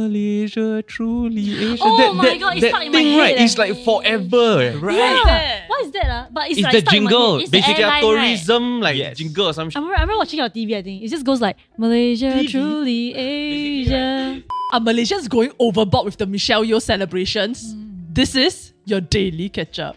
Malaysia truly Asian. Oh that, my that, God, it's that stuck in my thing, right? head, It's like forever, right? Yeah. that? What is that? Uh? But it's, It's like the stuck in my jingle, head. It's the basically a airline, Right? tourism like Yes. jingle or some I shit. remember, I remember watching your TV. I think it just goes like Malaysia TV? truly Asia. Are Malaysians going overboard with the Michelle Yeoh celebrations? This is your daily catch up.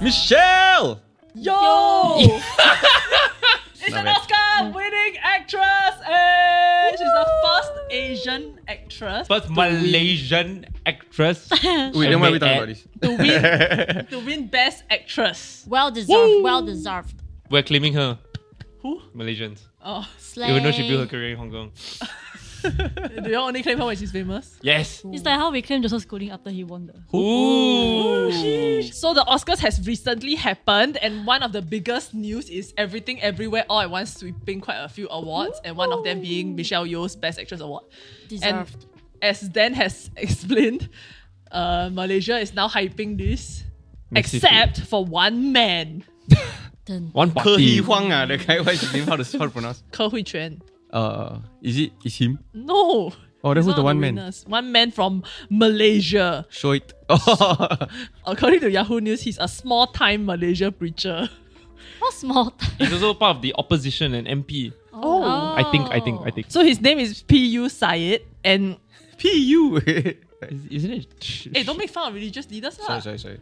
Michelle, Yo! it's an Oscar winning actress! eh? she's the first Asian actress First Malaysian actress. wait, then why are we talking about this? to win to win Best Actress. Well deserved. Well deserved. We're claiming her. Who? Malaysians. Oh, Slay. Even though she built her career in Hong Kong. do you all only claim her when she's famous? Yes. It's like how we claimed Joseph Schooling after he won the. Ooh. So the Oscars has recently happened, and one of the biggest news is Everything Everywhere All at Once sweeping quite a few awards, and one of them being Michelle Yeoh's Best Actress Award. Deserved. As Dan has explained, uh, Malaysia is now hyping this, Makes you except for one man, Dun. One Ke party. Hee Huang, ah, the guy, what's his name? How to how to pronounce? Ke Hui Quan. Uh, is it? Is him? No. Oh, then He's who's one the of one man? winners. One man from Malaysia. Show it. Oh, According to Yahoo News, he's a small-time Malaysia preacher. What small? He's also part of the opposition and MP. Oh. I think, I think, I think. So his name is P.U. Syed, and P.U. Is- Isn't it? hey, don't make fun of religious leaders, lah. sorry, sorry, sorry.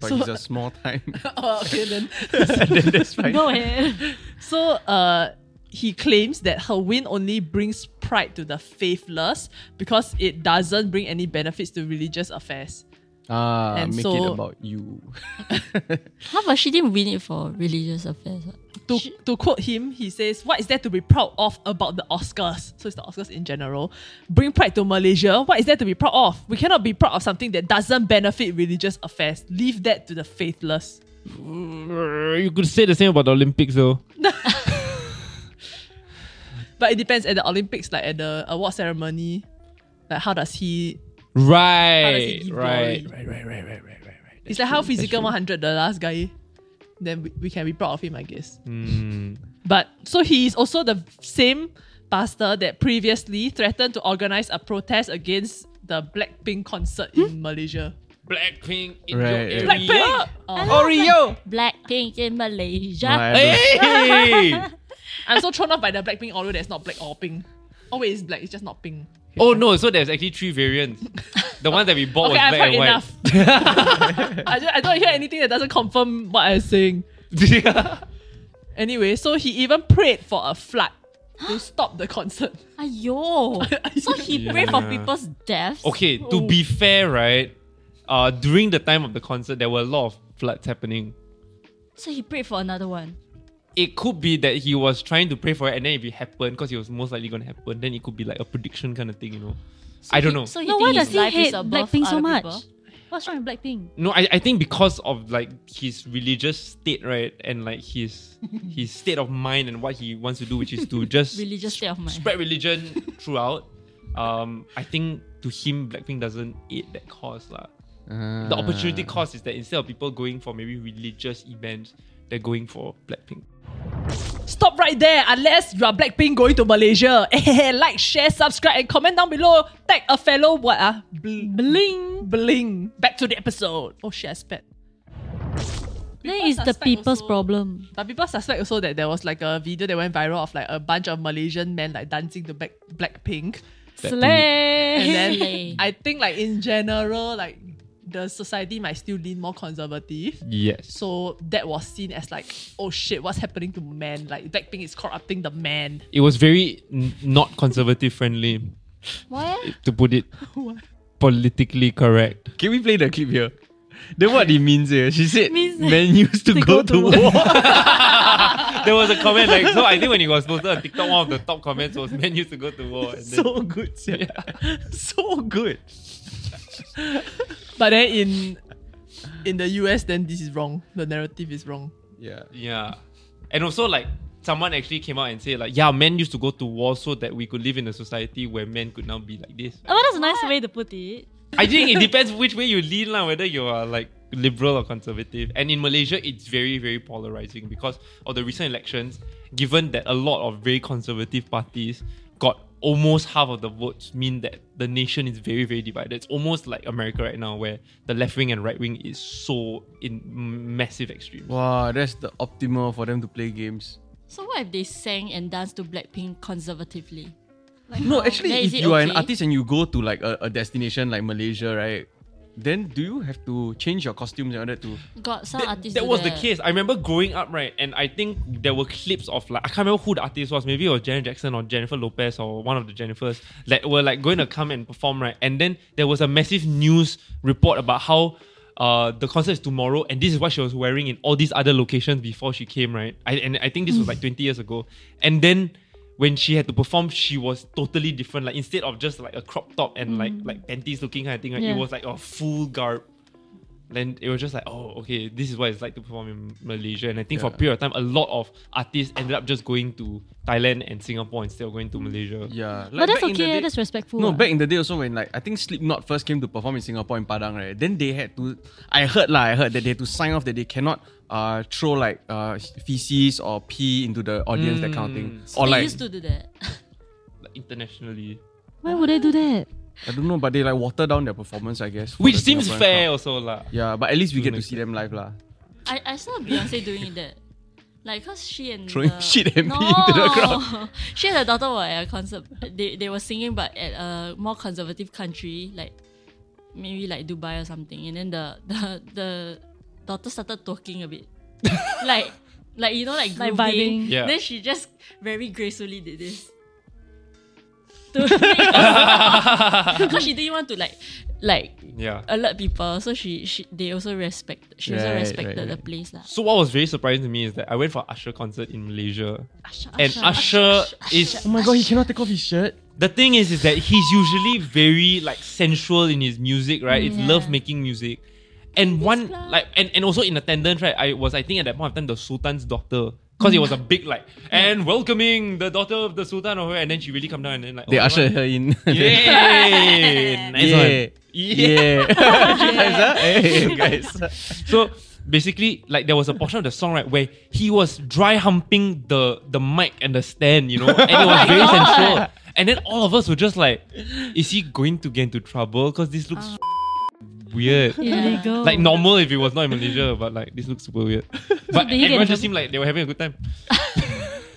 But So- it's a small time. Oh, okay then. then that's fine. Go ahead. so, uh, he claims that her win only brings pride to the faithless because it doesn't bring any benefits to religious affairs. Ah, And make it so- about you. How about she didn't win it for religious affairs? huh? To, to quote him, he says, What is there to be proud of about the Oscars? So it's the Oscars in general. Bring pride to Malaysia. What is there to be proud of? We cannot be proud of something that doesn't benefit religious affairs. Leave that to the faithless. You could say the same about the Olympics, though. But it depends at the Olympics, like at the award ceremony. Like, how does he Right. give Right. glory? Right. Right. Right. Right. Right. Right. right. It's like how physical 100 the last guy. Then we, we can be proud of him, I guess. Hmm. But so he is also the same pastor that previously threatened to organize a protest against the Blackpink concert in Malaysia. Uh, Blackpink. in Right, your right. area. Oreo. Blackpink in Malaysia. Eh? Hey! I'm so thrown off by the Blackpink Oreo that's not black or pink. Oh wait, it's black. It's just not pink. Oh no! So there's actually three variants. The one that we bought Okay, was I've Oh, black heard and white. enough. I, just, I don't hear anything that doesn't confirm what I'm saying. Anyway, so he even prayed for a flood to stop the concert. Ayo. So he prayed for people's deaths. okay, to be fair, right? Uh, during the time of the concert, there were a lot of floods happening. So he prayed for another one. It could be that he was trying to pray for it, and then if it happened, because it was most likely going to happen, then it could be like a prediction kind of thing, you know. I don't know. So he No, think why his does he life is hate above Blackpink so other much? people? What's wrong with Blackpink? No, I, I think because of like his religious state, right, and like his his state of mind and what he wants to do, which is to just Religious state of mind. spread religion throughout. Um, I think to him, Blackpink doesn't aid that cause, lah. The opportunity cost is that instead of people going for maybe religious events, they're going for Blackpink. Stop right there unless you are Blackpink going to Malaysia. Eh, like, share, subscribe, and comment down below. Tag a fellow what ah bl- bling bling. Back to the episode. Oh shit, I spat. Then it's the suspect people's also- problem. But people suspect also that there was like a video that went viral of like a bunch of Malaysian men like dancing to Black Blackpink. Slay. And then Slay. I think like in general, like the society might still lean more conservative. Yes. So that was seen as like, oh shit, what's happening to men? Like Blackpink is corrupting the man. It was very n- not conservative friendly, Why? to put it politically correct. Can we play the clip here? Then what it means here? She said Means that men used to they go go, to to war. There was a comment like so. I think when it was posted on TikTok, one of the top comments was men used to go to war. And then, so good, sia. so good. But then in in the US, then this is wrong. The narrative is wrong. Yeah. yeah, and also like someone actually came out and said like, yeah, men used to go to war so that we could live in a society where men could now be like this. Oh, that's a nice way to put it. I think it depends which way you lean, lah, whether you are like liberal or conservative. And in Malaysia, it's very, very polarizing because of the recent elections, given that a lot of very conservative parties got almost half of the votes, mean that the nation is very, very divided. It's almost like America right now, where the left wing and right wing is so in massive extremes. Wow, that's the optimal for them to play games. So what if they sang and danced to Blackpink conservatively? Like No, how- actually, then if is it you are an okay? artist and you go to like a, a destination like Malaysia, right? Then do you have to change your costumes and all that too? God, some That, artists that do was the that. case. I remember growing up, right? And I think there were clips of like I can't remember who the artist was. Maybe it was Janet Jackson or Jennifer Lopez or one of the Jennifers that were like going to come and perform, right? And then there was a massive news report about how uh, the concert is tomorrow, and this is what she was wearing in all these other locations before she came, right? I, and I think this was like 20 years ago. And then when she had to perform, she was totally different. Like instead of just like a crop top and like like panties looking kind of thing, right? Mm. Yeah. It was like a full garb then it was just like, oh, okay, this is what it's like to perform in Malaysia. And I think for Yeah. a period of time, a lot of artists ended up just going to Thailand and Singapore instead of going to Malaysia. Yeah. but that's back in the okay. day- That's respectful. No, what. back in the day also when like I think Slipknot first came to perform in Singapore in Padang, right? Then they had to I heard lah, I heard that they had to sign off that they cannot uh throw like uh feces or pee into the audience, that kind of thing. Or They like used to do that. Like internationally. Why would I do that? I don't know, but they like water down their performance, I guess. for Which the seems Singaporean fair crowd. also lah. Yeah, but at least we To get to make see them live lah. I, I saw Beyonce doing that. Like, cause she and Throwing the- shit and no. pee into the crowd. she and her daughter were at a concert. They, they were singing, but at a more conservative country, like maybe like Dubai or something. And then the the, the daughter started talking a bit, like like you know like Like grooving. vibing. Yeah. Then she just very gracefully did this. Because she didn't want to like like Yeah. alert people, so she, she they also respect she also Right, respected right, the right. place lah. So what was very surprising to me is that I went for Usher concert in Malaysia. Usher, And Usher is Oh my god, he cannot take off his shirt. the thing is is that he's usually very like sensual in his music, right? It's Yeah. love making music. And one club. like and, and also in attendance, right? I was I think at that point of time the Sultan's daughter. Because it was a big like and welcoming the daughter of the Sultan over and then she really come down and then like They oh, usher her in. Yeah. nice yeah. one. Yeah. Three times, huh? Hey, guys. So basically, like there was a portion of the song right where he was dry humping the the mic and the stand, you know, and it was Oh very sensual. And then all of us were just like, "Is he going to get into trouble? Because this looks Ah. weird." Illegal. Like normal if it was not in Malaysia, but like this looks super weird. But did he get everyone in just seemed trouble? like they were having a good time.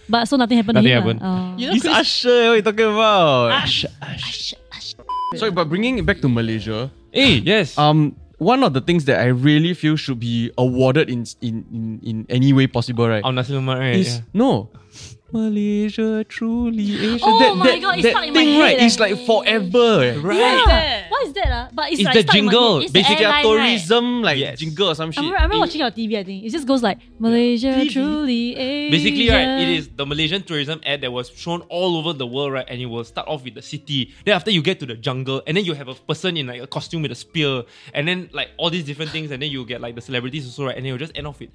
But so nothing happened. Nothing to him, happened. lah. Oh. You know, He's Chris- usher. What are you talking about? Usher, Usher. Sorry, but bringing it back to Malaysia, Hey, yes. um, one of the things that I really feel should be awarded in in in, in any way possible, right? on Nasi Lemak, right? is no. Malaysia truly Asia. Oh that, my that, God, it's that stuck in my thing, right? head, It's like eh. forever. eh. Right. Yeah. that? What is that? ah? But it's, It's like the stuck in my head. jingle. It's the Basically, a airline, right? tourism like Yes. jingle or some I shit. remember, I remember It- watching it on TV. I think it just goes like Malaysia TV. truly Asia. Basically, right, it is the Malaysian tourism ad that was shown all over the world, right? And it will start off with the city. Then after you get to the jungle, and then you have a person in like a costume with a spear, and then like all these different things, and then you get like the celebrities also, right? And then you'll just end off with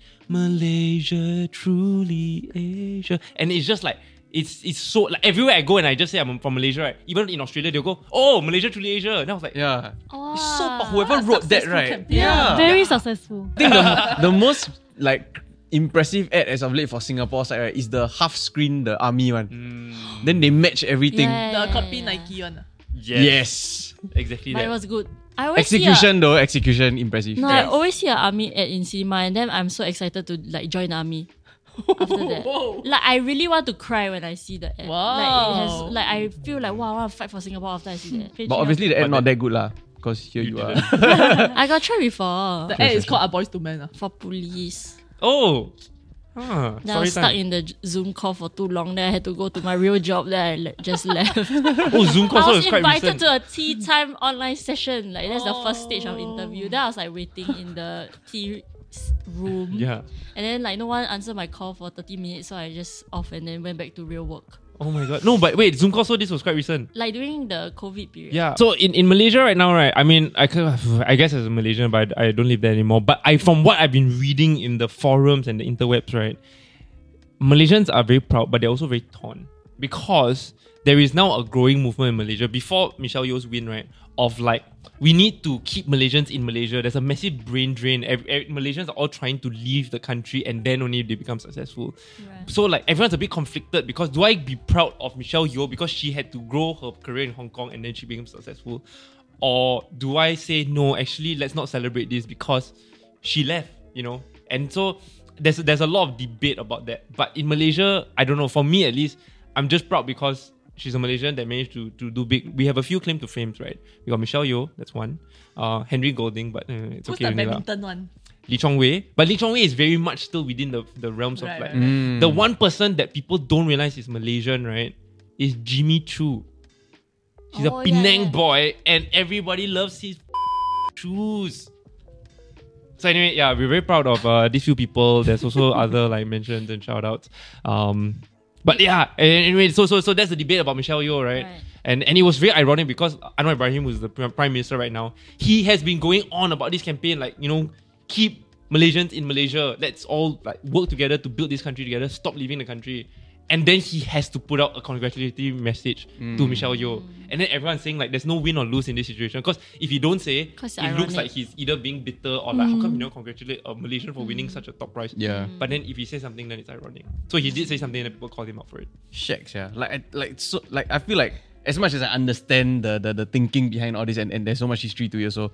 Malaysia, truly Asia. And it's just like it's it's so like everywhere I go and I just say I'm from Malaysia, right? Even in Australia, they'll go, Oh, Malaysia, truly Asia. And I was like, Yeah. It's So whoever wrote that, successful right? campaign. very successful. I think the, the most like impressive ad as of late for Singapore side right, is the half screen the army one. Then they match everything. Hmm. Yeah, The yeah, copy yeah. Nike one. Yes. exactly But that. it was good. I always See Execution though, execution impressive. a, no, I always see an army ad in cinema, and then I'm so excited to like join the army. After that, Whoa. like I really want to cry when I see the ad. Wow. Like, it has, like I feel like wow, I want to fight for Singapore after I see that. But obviously the But ad not that good lah. Because here you, You are. didn't. I got try before The ad is called Our Boys to Men. ah. for police. oh, Ah, Then I was story stuck time. in the Zoom call for too long. Then I had to go to my real job. Then I le- just left. oh, Zoom call I so was it's quite recent. invited to a tea time online session. Like that's the first stage of interview. Then I was like waiting in the tea s- room. yeah. And then like no one answered my call for 30 minutes, so I just off and then went back to real work. Oh my god. No, but wait, Zoom call so this was quite recent. Like during the COVID period. Yeah. So in, in Malaysia right now, right? I mean, I kind of- I guess as a Malaysian, but I don't live there anymore. But I, from what I've been reading in the forums and the interwebs, right, Malaysians are very proud, but they're also very torn because there is now a growing movement in Malaysia. Before Michelle Yeoh's win, right, of like we need to keep Malaysians in Malaysia. There's a massive brain drain. Ev- ev- Malaysians are all trying to leave the country, and then only they become successful. So like everyone's a bit conflicted because do I be proud of Michelle Yeoh because she had to grow her career in Hong Kong and then she became successful, or do I say no? Actually, let's not celebrate this because she left. You know, and so there's there's a lot of debate about that. But in Malaysia, I don't know. For me at least, I'm just proud because she's a Malaysian that managed to, to do big. We have a few claim to fames, right? We got Michelle Yeoh, that's one. Uh, Henry Golding, but uh, it's Who's okay. the only lah. badminton one? Lee Chong Wei. But Lee Chong Wei is very much still within the, the realms Right, of like right, right. the one person that people don't realize is Malaysian, right? Is Jimmy Choo. He's Oh, a yeah, Penang yeah. boy and everybody loves his shoes. So anyway, yeah, we're very proud of uh, these few people. There's also other like mentions and shout outs. Um, but yeah, a- anyway, so so so that's the debate about Michelle Yeoh, right? Right. And and it was very ironic because Anwar Ibrahim, who's the pr- prime minister right now, he has been going on about this campaign, like you know, keep Malaysians in Malaysia. Let's all like work together to build this country together. Stop leaving the country. And then he has to put out a congratulatory message to Michelle Yeoh, and then everyone's saying like, "There's no win or lose in this situation." Because if you don't say, it 'Cause looks ironic. like he's either being bitter or like, "How come you don't congratulate a Malaysian for winning such a top prize?" Yeah. But then if he says something, then it's ironic. So he did say something, and then people called him out for it. Shacks, yeah. Like, I, like so, like I feel like as much as I understand the the, the thinking behind all this, and, and there's so much history to it, so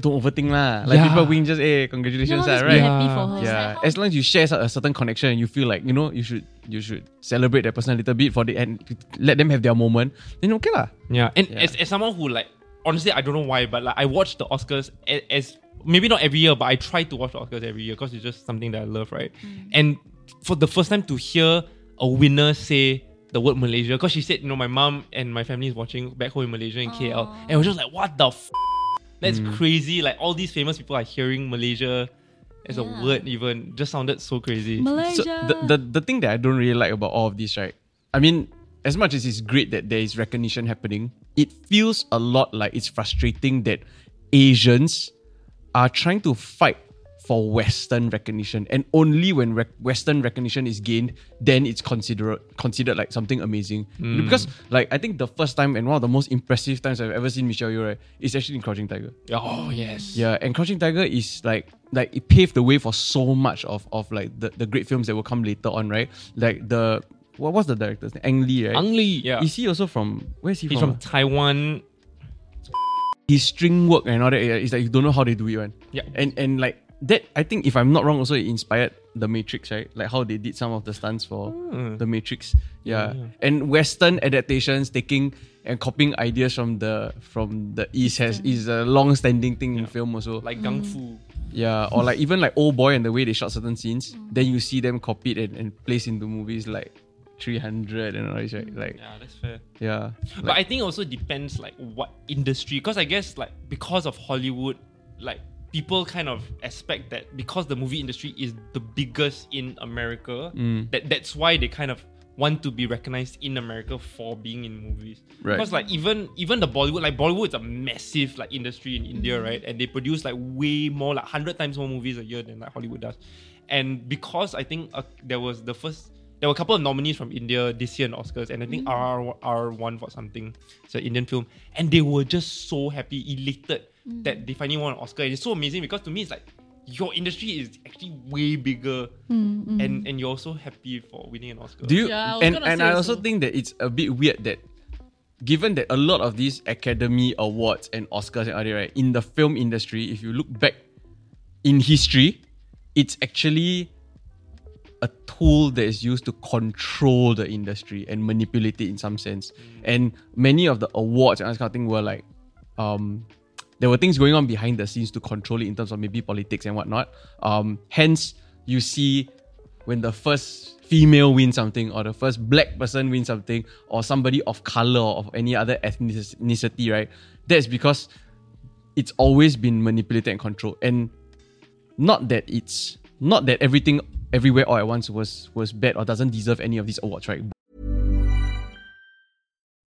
don't overthink lah. Like Yeah. people win, just eh, No, congratulations, just lah, be right? happy for her. Yeah, as long as you share a certain connection and you feel like you know you should you should celebrate that person a little bit for the and let them have their moment, then okay lah. Yeah, and Yeah. As, as someone who like honestly, I don't know why, but like I watch the Oscars as, as maybe not every year, but I try to watch the Oscars every year because it's just something that I love, right? And for the first time to hear a winner say the word Malaysia, because she said, you know, my mom and my family is watching back home in Malaysia in KL, and I was just like, what the. F- that's Mm. crazy. Like all these famous people are hearing Malaysia as Yeah. a word, even just sounded so crazy. So Malaysia. the, the the thing that I don't really like about all of this, right? I mean, as much as it's great that there is recognition happening, it feels a lot like it's frustrating that Asians are trying to fight for Western recognition, and only when rec- Western recognition is gained, then it's considered considered like something amazing. Because like I think the first time and one of the most impressive times I've ever seen Michelle Yeoh right, is actually in Crouching Tiger. oh yes. Yeah, and Crouching Tiger is like like it paved the way for so much of of like the, the great films that will come later on, right? Like the what was the director's name? Ang Lee, right? Ang Lee. Yeah. Is he also from where is he He's from from? Taiwan. His string work and all that. Yeah, it's like you don't know how they do it, man. Yeah. And and like that I think if I'm not wrong, also it inspired the Matrix, right? Like how they did some of the stunts for Hmm. the Matrix. Yeah. And Western adaptations taking and copying ideas from the from the East has is a long standing thing in film also. Like Gang Fu. Yeah, or like even like old boy and the way they shot certain scenes, then you see them copied and, and placed into movies like 300 and all this, right? Like, Yeah, that's fair. yeah. but I think it also depends like what industry because I guess like because of Hollywood, like people kind of expect that because the movie industry is the biggest in America, that that's why they kind of want to be recognized in America for being in movies. Right. Because like even even the Bollywood, like Bollywood is a massive like industry in India, right? And they produce like way more, like hundred times more movies a year than like Hollywood does. And because I think uh, there was the first, there were a couple of nominees from India this year in Oscars, and I think RR RR won for something. It's an Indian film, and they were just so happy, elated that they finally won an Oscar. And it's so amazing because to me, it's like your industry is actually way bigger, and and you're so happy for winning an Oscar. Do you, Yeah, I was and, gonna and say I also also. think that it's a bit weird that given that a lot of these Academy Awards and Oscars and all that, right, in the film industry, if you look back in history, it's actually a tool that is used to control the industry and manipulate it in some sense. And many of the awards and all this kind of thing were like, um, there were things going on behind the scenes to control it in terms of maybe politics and whatnot. Um, hence, you see when the first female wins something or the first black person wins something or somebody of color or of any other ethnicity, right? That's because it's always been manipulated and controlled. And not that it's not that everything everywhere all at once was was bad or doesn't deserve any of these awards, right?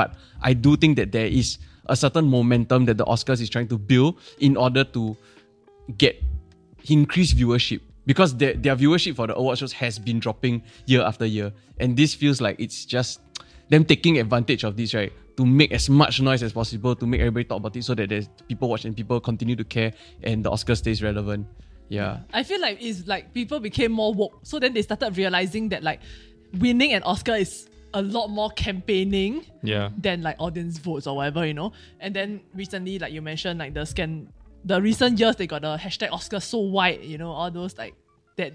But I do think that there is a certain momentum that the Oscars is trying to build in order to get increased viewership because their, their viewership for the award shows has been dropping year after year. And this feels like it's just them taking advantage of this, right? To make as much noise as possible, to make everybody talk about it so that there's people watch and people continue to care and the Oscar stays relevant. Yeah. I feel like it's like people became more woke. So then they started realizing that like winning an Oscar is a lot more campaigning Yeah. than like audience votes or whatever, you know. And then recently, like you mentioned, like the scan the recent years they got the hashtag Oscar so white, you know, all those like that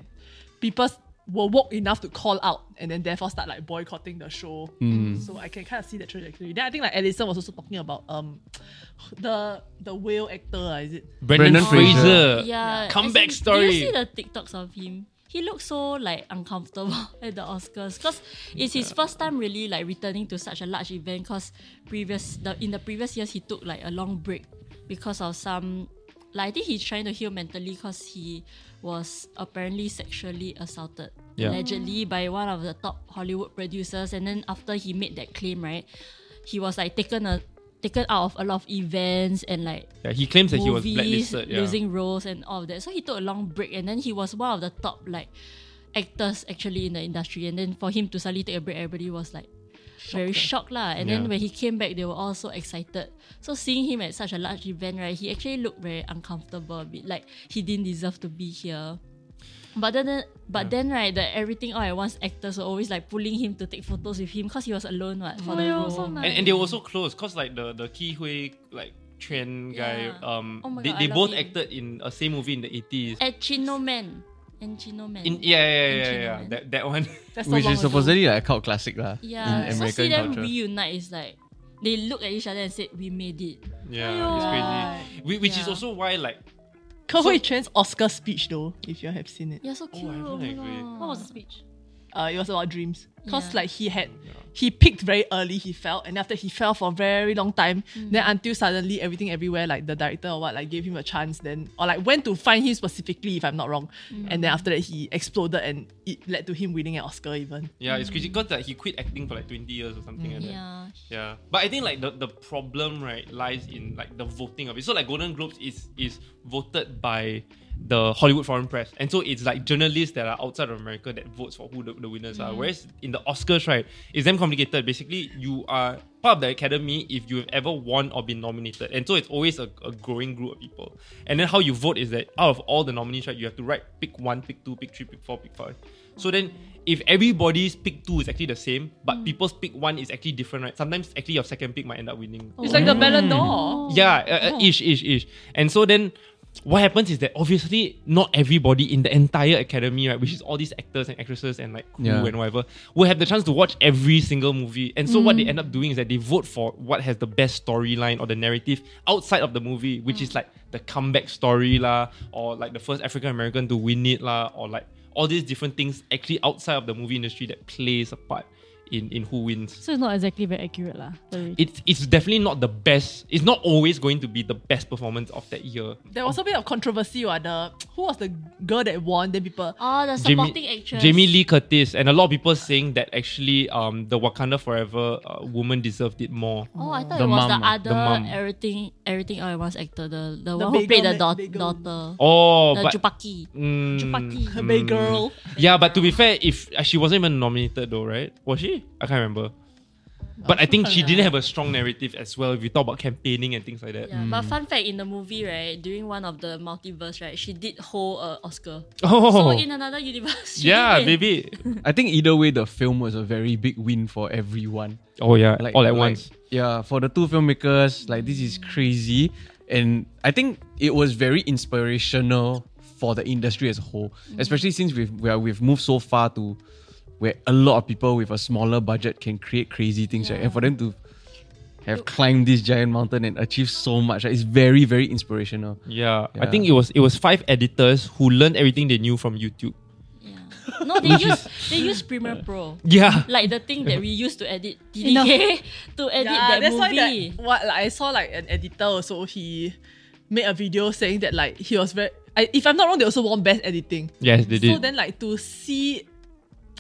people s- were woke enough to call out and then therefore start like boycotting the show. So I can kind of see that trajectory. Then I think like Alison was also talking about um the the whale actor, ah, is it? Brendan, Brendan Fraser. Fraser. Yeah. Comeback as in, story. Do you see the TikToks of him? He looks so like uncomfortable at the Oscars because it's his first time really like returning to such a large event. Because previous the, in the previous years he took like a long break because of some like I think he's trying to heal mentally because he was apparently sexually assaulted Yeah. allegedly by one of the top Hollywood producers. And then after he made that claim, right, he was like taken a taken out of a lot of events and like Yeah, he claims that he was movies, blacklisted. Yeah. losing roles and all of that. So he took a long break, and then he was one of the top like actors actually in the industry. And then for him to suddenly take a break, everybody was like very shocked lah. And then eh? Yeah. when he came back, they were all so excited. So seeing him at such a large event, right? He actually looked very uncomfortable, a bit like he didn't deserve to be here. But then, uh, but then, right, the everything all at once actors were always like pulling him to take photos with him because he was alone, what, for the yo, role. so nice. and, and they were also close because like the the Ki Hui like Chen guy Yeah. um Oh my they, God, they I both love him. acted in a same movie in the 80s At Chino Man, and Chino Man. in yeah yeah yeah In yeah, Chino yeah. Man. that that one That's so Which long is ago. supposedly like a cult classic lah Yeah, in so American see them culture. reunite is like they look at each other and said, "We made it." yeah it's crazy Whi- which is Yeah. also why like Ke Hui Quan's Oscar speech though, if you have seen it. Yeah, so cute. I haven't oh my agree. God. What was the speech? uh, it was about dreams because Yeah. like he had he peaked very early he fell and after he fell for a very long time then until suddenly everything everywhere like the director or what like gave him a chance then or like went to find him specifically if i'm not wrong and then after that he exploded and it led to him winning an oscar even yeah it's crazy because like he quit acting for like 20 years or something like that Yeah, Yeah, but I think like the, the problem right lies in like the voting of it. So like Golden Globes is is voted by the Hollywood Foreign Press, and so it's like journalists that are outside of America that votes for who the, the winners are. Whereas in the Oscars, right, it's them complicated. Basically, you are part of the Academy if you've ever won or been nominated, and so it's always a, a growing group of people. And then how you vote is that out of all the nominees, right, you have to write pick one, pick two, pick three, pick four, pick five. So then, if everybody's pick two is actually the same, but people's pick one is actually different, right? Sometimes actually your second pick might end up winning. it's like the Ballon d'Or Yeah, uh, uh, ish, ish, ish. And so then, what happens is that obviously not everybody in the entire academy, right, which is all these actors and actresses and like crew Yeah. and whatever, will have the chance to watch every single movie. And so what they end up doing is that they vote for what has the best storyline or the narrative outside of the movie, which is like the comeback story lah, or like the first African American to win it lah, or like all these different things actually outside of the movie industry that plays a part in in who wins So it's not exactly very accurate lah. the rating. it's it's definitely not the best. It's not always going to be the best performance of that year. there was a bit of controversy or the who was the girl that won then people oh, the Jamie- supporting actress. Jamie Lee Curtis and a lot of people saying that actually um the Wakanda Forever uh, woman deserved it more. Oh, I thought The it was mum, the ah, other the mum. everything, everything all at once actor, the the, one bagel who played the ma- daugh- bagel. daughter, Oh, the but Jupaki. mm, Oh, Jupaki. her big girl yeah, but to be fair, if uh, she wasn't even nominated though, right? Was she? I can't remember. But I think she didn't have a strong narrative as well. If you talk about campaigning and things like that. Yeah, but fun fact in the movie, right, during one of the multiverse, right, she did hold a Oscar. So Oh, in another universe, she yeah, did win. maybe. I think either way, the film was a very big win for everyone. Oh yeah, all at once. Yeah, for the two filmmakers, like this is crazy, and I think it was very inspirational for the industry as a whole, especially since we've we are, we've moved so far to where a lot of people with a smaller budget can create crazy things, right? And for them to have climbed this giant mountain and achieved so much, right? It's very very inspirational. Yeah. I Yeah. think it was it was five editors who learned everything they knew from YouTube. Yeah. No, they use they use Premiere Pro. Yeah. Like the thing that we used to edit TDK know. to edit yeah, that that's movie. why that what like, I saw like an editor also he made a video saying that like he was very I, if I'm not wrong they also won best editing. Yes, they did. So then like to see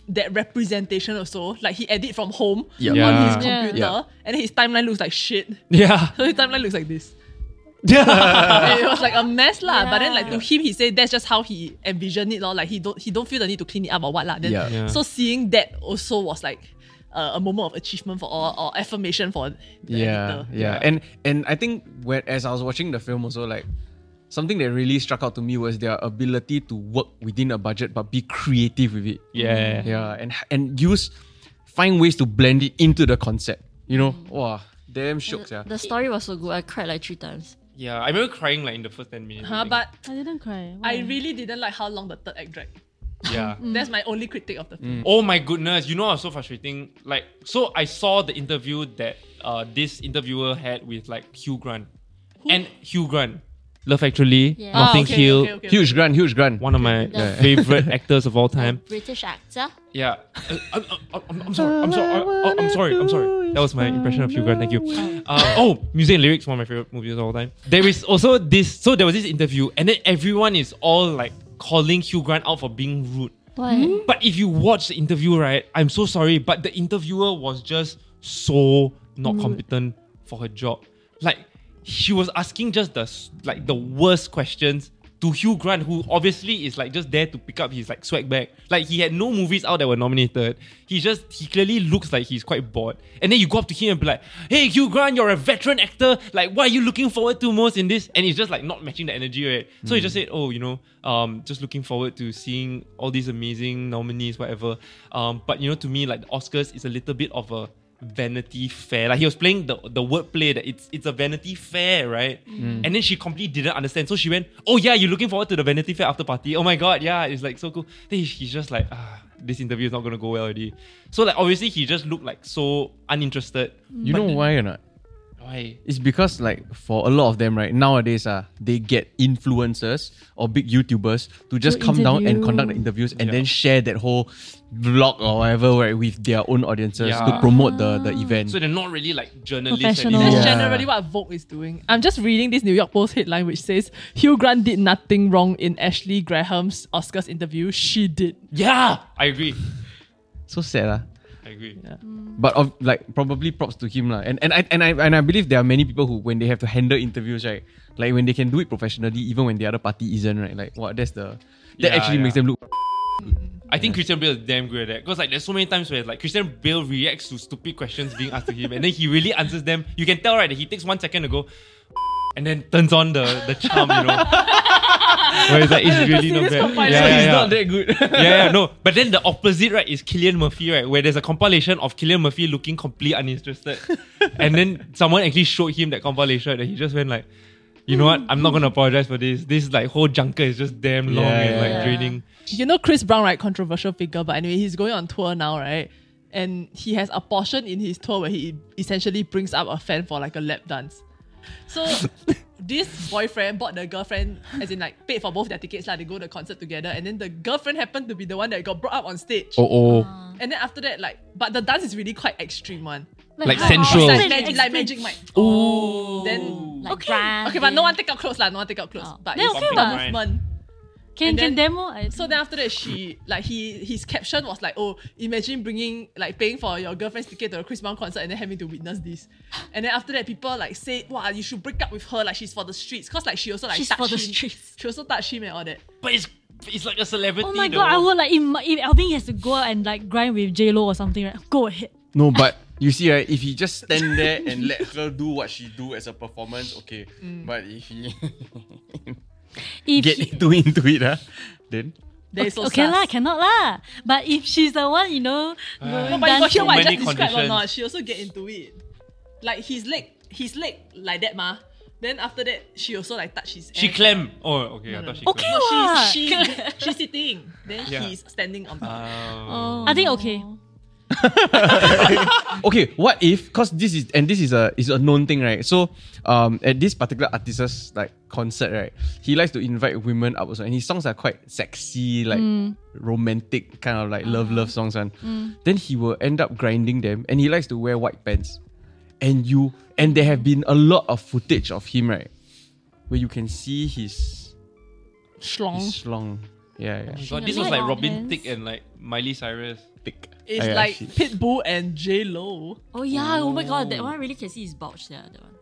that representation also like he edit from home Yeah. on Yeah. his Yeah. computer Yeah. and then his timeline looks like shit. yeah. So his timeline looks like this. Yeah. And it was like a mess lah. But then like to Yeah. him he said that's just how he envisioned it lor. Like he don't he don't feel the need to clean it up or what lah. Then Yeah. Yeah. so seeing that also was like uh, a moment of achievement for all or affirmation for the yeah, editor. yeah, and and I think when as I was watching the film also like something that really struck out to me was their ability to work within a budget but be creative with it. Yeah. yeah, and and use find ways to blend it into the concept. You know, wow, damn shook, yeah. The story was so good. I cried like three times. Yeah, I remember crying like in the first 10 minutes. I Huh, think. but I didn't cry. I Why? really didn't like how long the third act dragged. yeah. That's my only critique of the film. Oh my goodness, you know I'm so frustrating. Like, so I saw the interview that uh, this interviewer had with like Hugh Grant. And Hugh Grant. Love Actually, Yeah. Nothing Oh, okay, Hill, okay, okay, okay. Huge grand, huge grand. one of my Yeah. favorite actors of all time. British actor. Yeah. Uh, I'm, I'm- I'm, I'm sorry. I'm sorry. Uh, I'm, I'm sorry. I'm sorry. That was my impression of Hugh Grant. Thank you. Uh, oh, music and lyrics, one of my favorite movies of all time. There is also this. So there was this interview, and then everyone is all like calling Hugh Grant out for being rude. Why? Hmm? But if you watch the interview, right, I'm so sorry, but the interviewer was just so not competent for her job. Like she was asking just the s- like the worst questions to Hugh Grant, who obviously is like just there to pick up his like swag bag. Like he had no movies out that were nominated. He just he clearly looks like he's quite bored. And then you go up to him and be like, "Hey, Hugh Grant, you're a veteran actor. Like, what are you looking forward to most in this?" And it's just like not matching the energy, right? So he just said, "Oh, you know, um, just looking forward to seeing all these amazing nominees, whatever." Um, but you know, to me, like the Oscars is a little bit of a vanity fair. Like he was playing the the wordplay that it's it's a vanity fair, right? And then she completely didn't understand. So she went, "Oh yeah, you're looking forward to the vanity fair after party? Oh my god, yeah, it's like so cool." Then he- he's just like, ah, "This interview is not gonna go well already." So like obviously he just looked like so uninterested. You know why or not? Why? It's because like for a lot of them right nowadays, uh, they get influencers or big YouTubers to just To come down and interview. conduct the interviews and Yeah. then share that whole vlog or whatever right, with their own audiences to Yeah. promote the the event. So they're not really like journalists Professional. anymore. That's Yeah. generally what Vogue is doing. I'm just reading this New York Post headline which says Hugh Grant did nothing wrong in Ashley Graham's Oscars interview. She did. Yeah, I agree. so sad, uh. I agree. But of like probably props to him lah. And and I and I and I believe there are many people who when they have to handle interviews, right? Like when they can do it professionally, even when the other party isn't, right? Like what that's the that Yeah, actually makes yeah. them look I think Christian Bale is damn good at that. Because like there's so many times where like Christian Bale reacts to stupid questions being asked to him and then he really answers them. You can tell right that he takes one second to go and then turns on the, the charm, you know. Where it's like it's really not bad. Yeah, so yeah, he's yeah. not that good. yeah, yeah, no. But then the opposite, right, is Killian Murphy, right? Where there's a compilation of Killian Murphy looking completely uninterested. and then someone actually showed him that compilation and he just went like, you know what, I'm not gonna apologize for this. This like whole junker is just damn long Yeah, and yeah, like yeah. draining. You know Chris Brown, right? Controversial figure, but anyway, he's going on tour now, right? And he has a portion in his tour where he essentially brings up a fan for like a lap dance. So this boyfriend bought the girlfriend, as in like paid for both their tickets, like they go to the concert together, and then the girlfriend happened to be the one that got brought up on stage. oh. And then after that, like, but the dance is really quite extreme one. Like how- sensual. It's Sure. like, magic, like magic mic. Oh. Then Like okay, okay, but no one take out clothes lah. No one take out clothes. Oh. But Then it's okay the what? movement. Can And can then- demo? I So then after that, she like he his caption was like, "Oh, imagine bringing like paying for your girlfriend's ticket to a Chris Brown concert and then having to witness this." And then after that, people like say, "Wow, you should break up with her. Like she's for the streets, cause like she also like She's touched for the him. streets. She also touched him and all that." But it's it's like a celebrity. Oh my though. god! I would like if, if Alvin has to go out and like grind with J Lo or something, right? Go ahead. No, but You see, right, if he just stand there and let her do what she do as a performance, okay. But if he Mm. If get he- into into it, huh, then That is so okay lah, sus. cannot lah. But if she's the one, you know, Uh. No, but you got hear So what I just many described or conditions. not? She also get into it. Like his leg, his leg like that, ma. Then after that, she also like touch his. She ass. clam. Oh, okay. I thought she Okay clam. No, what? she's she's she's sitting. Then Yeah. he's standing on top. Oh. I think okay. okay, what if? Cause this is and this is a is a known thing, right? So, um, at this particular artist's like concert, right, he likes to invite women up also, and his songs are quite sexy, like romantic kind of like love love songs, and then he will end up grinding them, and he likes to wear white pants, and you and there have been a lot of footage of him, right, where you can see his Schlong. his long, yeah, yeah, God, this was like Robin Thicke and like Miley Cyrus. thick. It's Yeah, like shit. Pitbull and J Lo. Oh yeah, oh my god, that one really can see his bulge there, that one.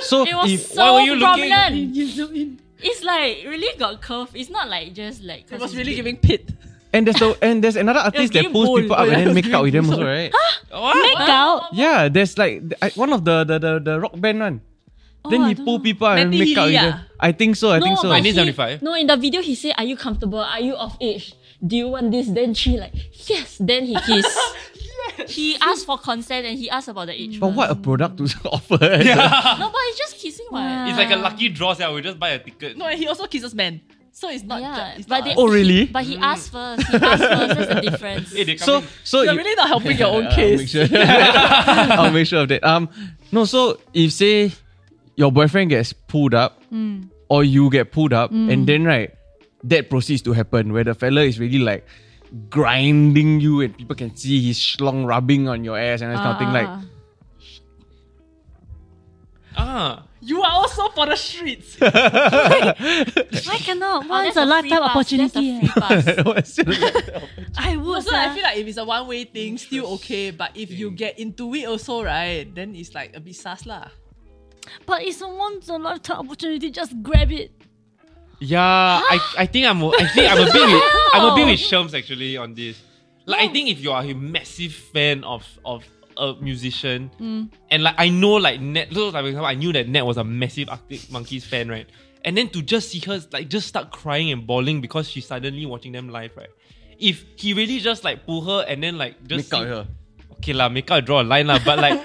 so. It was if, so why were you looking? prominent. It's like really got curve. It's not like just like It 'cause was it's really big. giving Pit. and there's the and there's another artist that giving pulls bold, people up yeah, and it was then make out with giving them also, bold. right? Make out. Yeah, there's like th- I- one of the the the, the rock band one. then I he don't pull people out and make Natty out. Healy, with ah. them. I think so. I think so. but need he- 75. No, in the video he said, "Are you comfortable? Are you of age? Do you want this?" Then she like, "Yes." Then he kissed. He asked for consent and he asked about the age. But first. what a product to offer. Yeah. No, but it's just kissing. What? It's like a lucky draw. Yeah, we just buy a ticket. No, and he also kisses men. So it's not. Yeah, ju- it's but not Mm. they, Oh, really? He, but he asked first. He asked first. That's the difference. Hey, they come so in. so You're Oh, you- really not helping your own I'll make case. sure. I'll make sure of that. Um, no. So if say your boyfriend gets pulled up, or you get pulled up, and then right, that proceeds to happen where the fella is really like grinding you, and people can see his schlong rubbing on your ass and that kind of thing. Like Ah. Ah, You are also for the streets. Why cannot? Oh, Once that's a lifetime free pass. That's a opportunity. eh. free pass. What's your- I would. so I lah. feel like if it's a one way thing, still okay. But if you get into it also, right, then it's like a bit sus lah. But it's a once a lifetime opportunity. Just grab it. yeah. I, I think I'm a- I think I'm a bit with, I'm a bit with Shams actually on this. Like I think if you are a massive fan of of a musician, and like I know like Nat, so like for example, I knew that Nat was a massive Arctic Monkeys fan, right? And then to just see her like just start crying and bawling because she's suddenly watching them live, right? If he really just like pull her and then like just Make out see- with her. okay lah, make out draw a line lah, but like.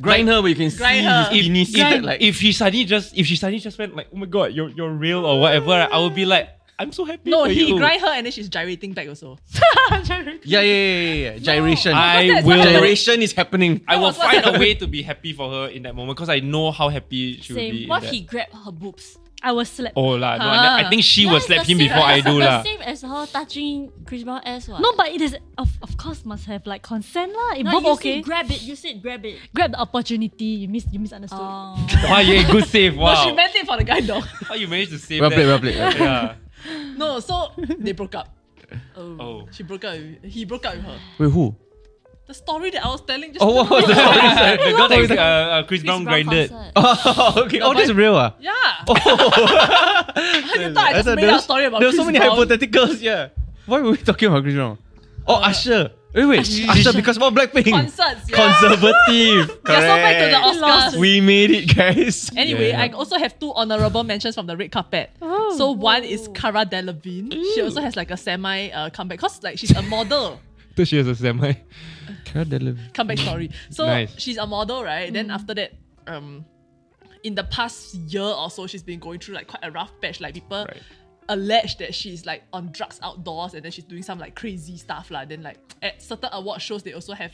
Grind her where you can see Grind her. his penis. if, if, like, if she suddenly just if she suddenly just went like oh my god you're you're real or whatever right, I would be like I'm so happy No, for he you. grind her and then she's gyrating back also. Yeah, yeah, yeah, yeah, yeah. Gyration. I Because that's will Gyration is happening. I will What's that? find a way to be happy for her in that moment because I know how happy she will be. Same. in What that. if he grabbed her boobs? I was slap. Oh la, no, I- I think she Yeah, will it's slap the him same before I as- do The lah. same as her touching Chris Brown ass. What? No, but it is of, of course must have like consent lah. If No, both you okay, said grab it. You said grab it. grab the opportunity. You mis you misunderstood. Wow, you good save. But she Wow, meant it for the guy though. how you managed to save Well that? played, well played, well played. Yeah. no, so they broke up. Oh. She broke up. With, he broke up with her. Wait, who? The story that I was telling just Oh, what was now. that? the girl that is, uh, uh, Chris, Brown grinded. concert. oh, okay. Oh, that's real. Ah. Yeah. you thought I just made there up was- story about There were so Chris many Brown? hypotheticals, yeah. Why were we talking about Chris Brown? Oh, Usher. Wait, wait. Usher because more Blackpink. Concerts. Yeah. Conservative. Yeah, so back to the Correct. Oscars. We made it, guys. Anyway, Yeah. I also have two honorable mentions from the red carpet. so one is Cara Delevingne. She also has like a semi uh, comeback because like she's a model. So she has a semi. Cara Delevingne. comeback story. So Nice. she's a model, right? Then after that, um, in the past year or so, she's been going through like quite a rough patch. Like people Right. allege that she's like on drugs outdoors, and then she's doing some like crazy stuff, lah. Then like at certain award shows, they also have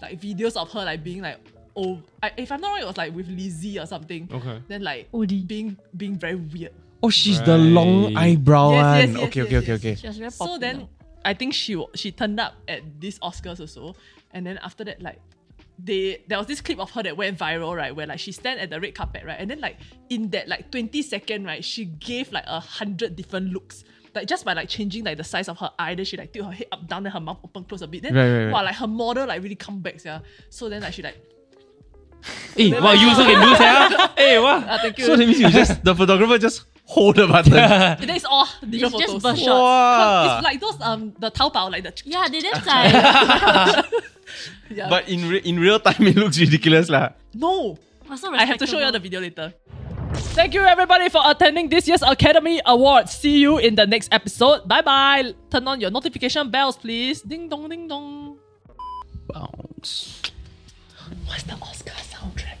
like videos of her like being like. Oh, I, if I'm not wrong, it was like with Lizzie or something. Okay. Then like Odie. being being very weird. Oh, she's the long Right. eyebrow Yes, yes, one. yes, okay, yes, okay, okay, yes. okay. She was very popular. So then I think she wa- she turned up at these Oscars also, and then after that like they there was this clip of her that went viral right where like she stand at the red carpet right and then like in that like 20 second right she gave like a hundred different looks like just by like changing like the size of her eye then she like tilt her head up down then her mouth open close a bit then Right, right, right. wow like her model like really come back yeah so then like she like Hey, wow, you also can do that. Hey, wow. ah, thank you So that means you just, the photographer just hold the button. that is all different It's just photos burst It's shots. Wow. like those um the Taobao like the Yeah, they just like Yeah. But in re- in real time, it looks ridiculous lah. no, That's not I have to show you all the respectable. video later. Thank you everybody for attending this year's Academy Awards. See you in the next episode. Bye bye. Turn on your notification bells, please. Ding dong, ding dong. Bounce. What's the Oscar soundtrack?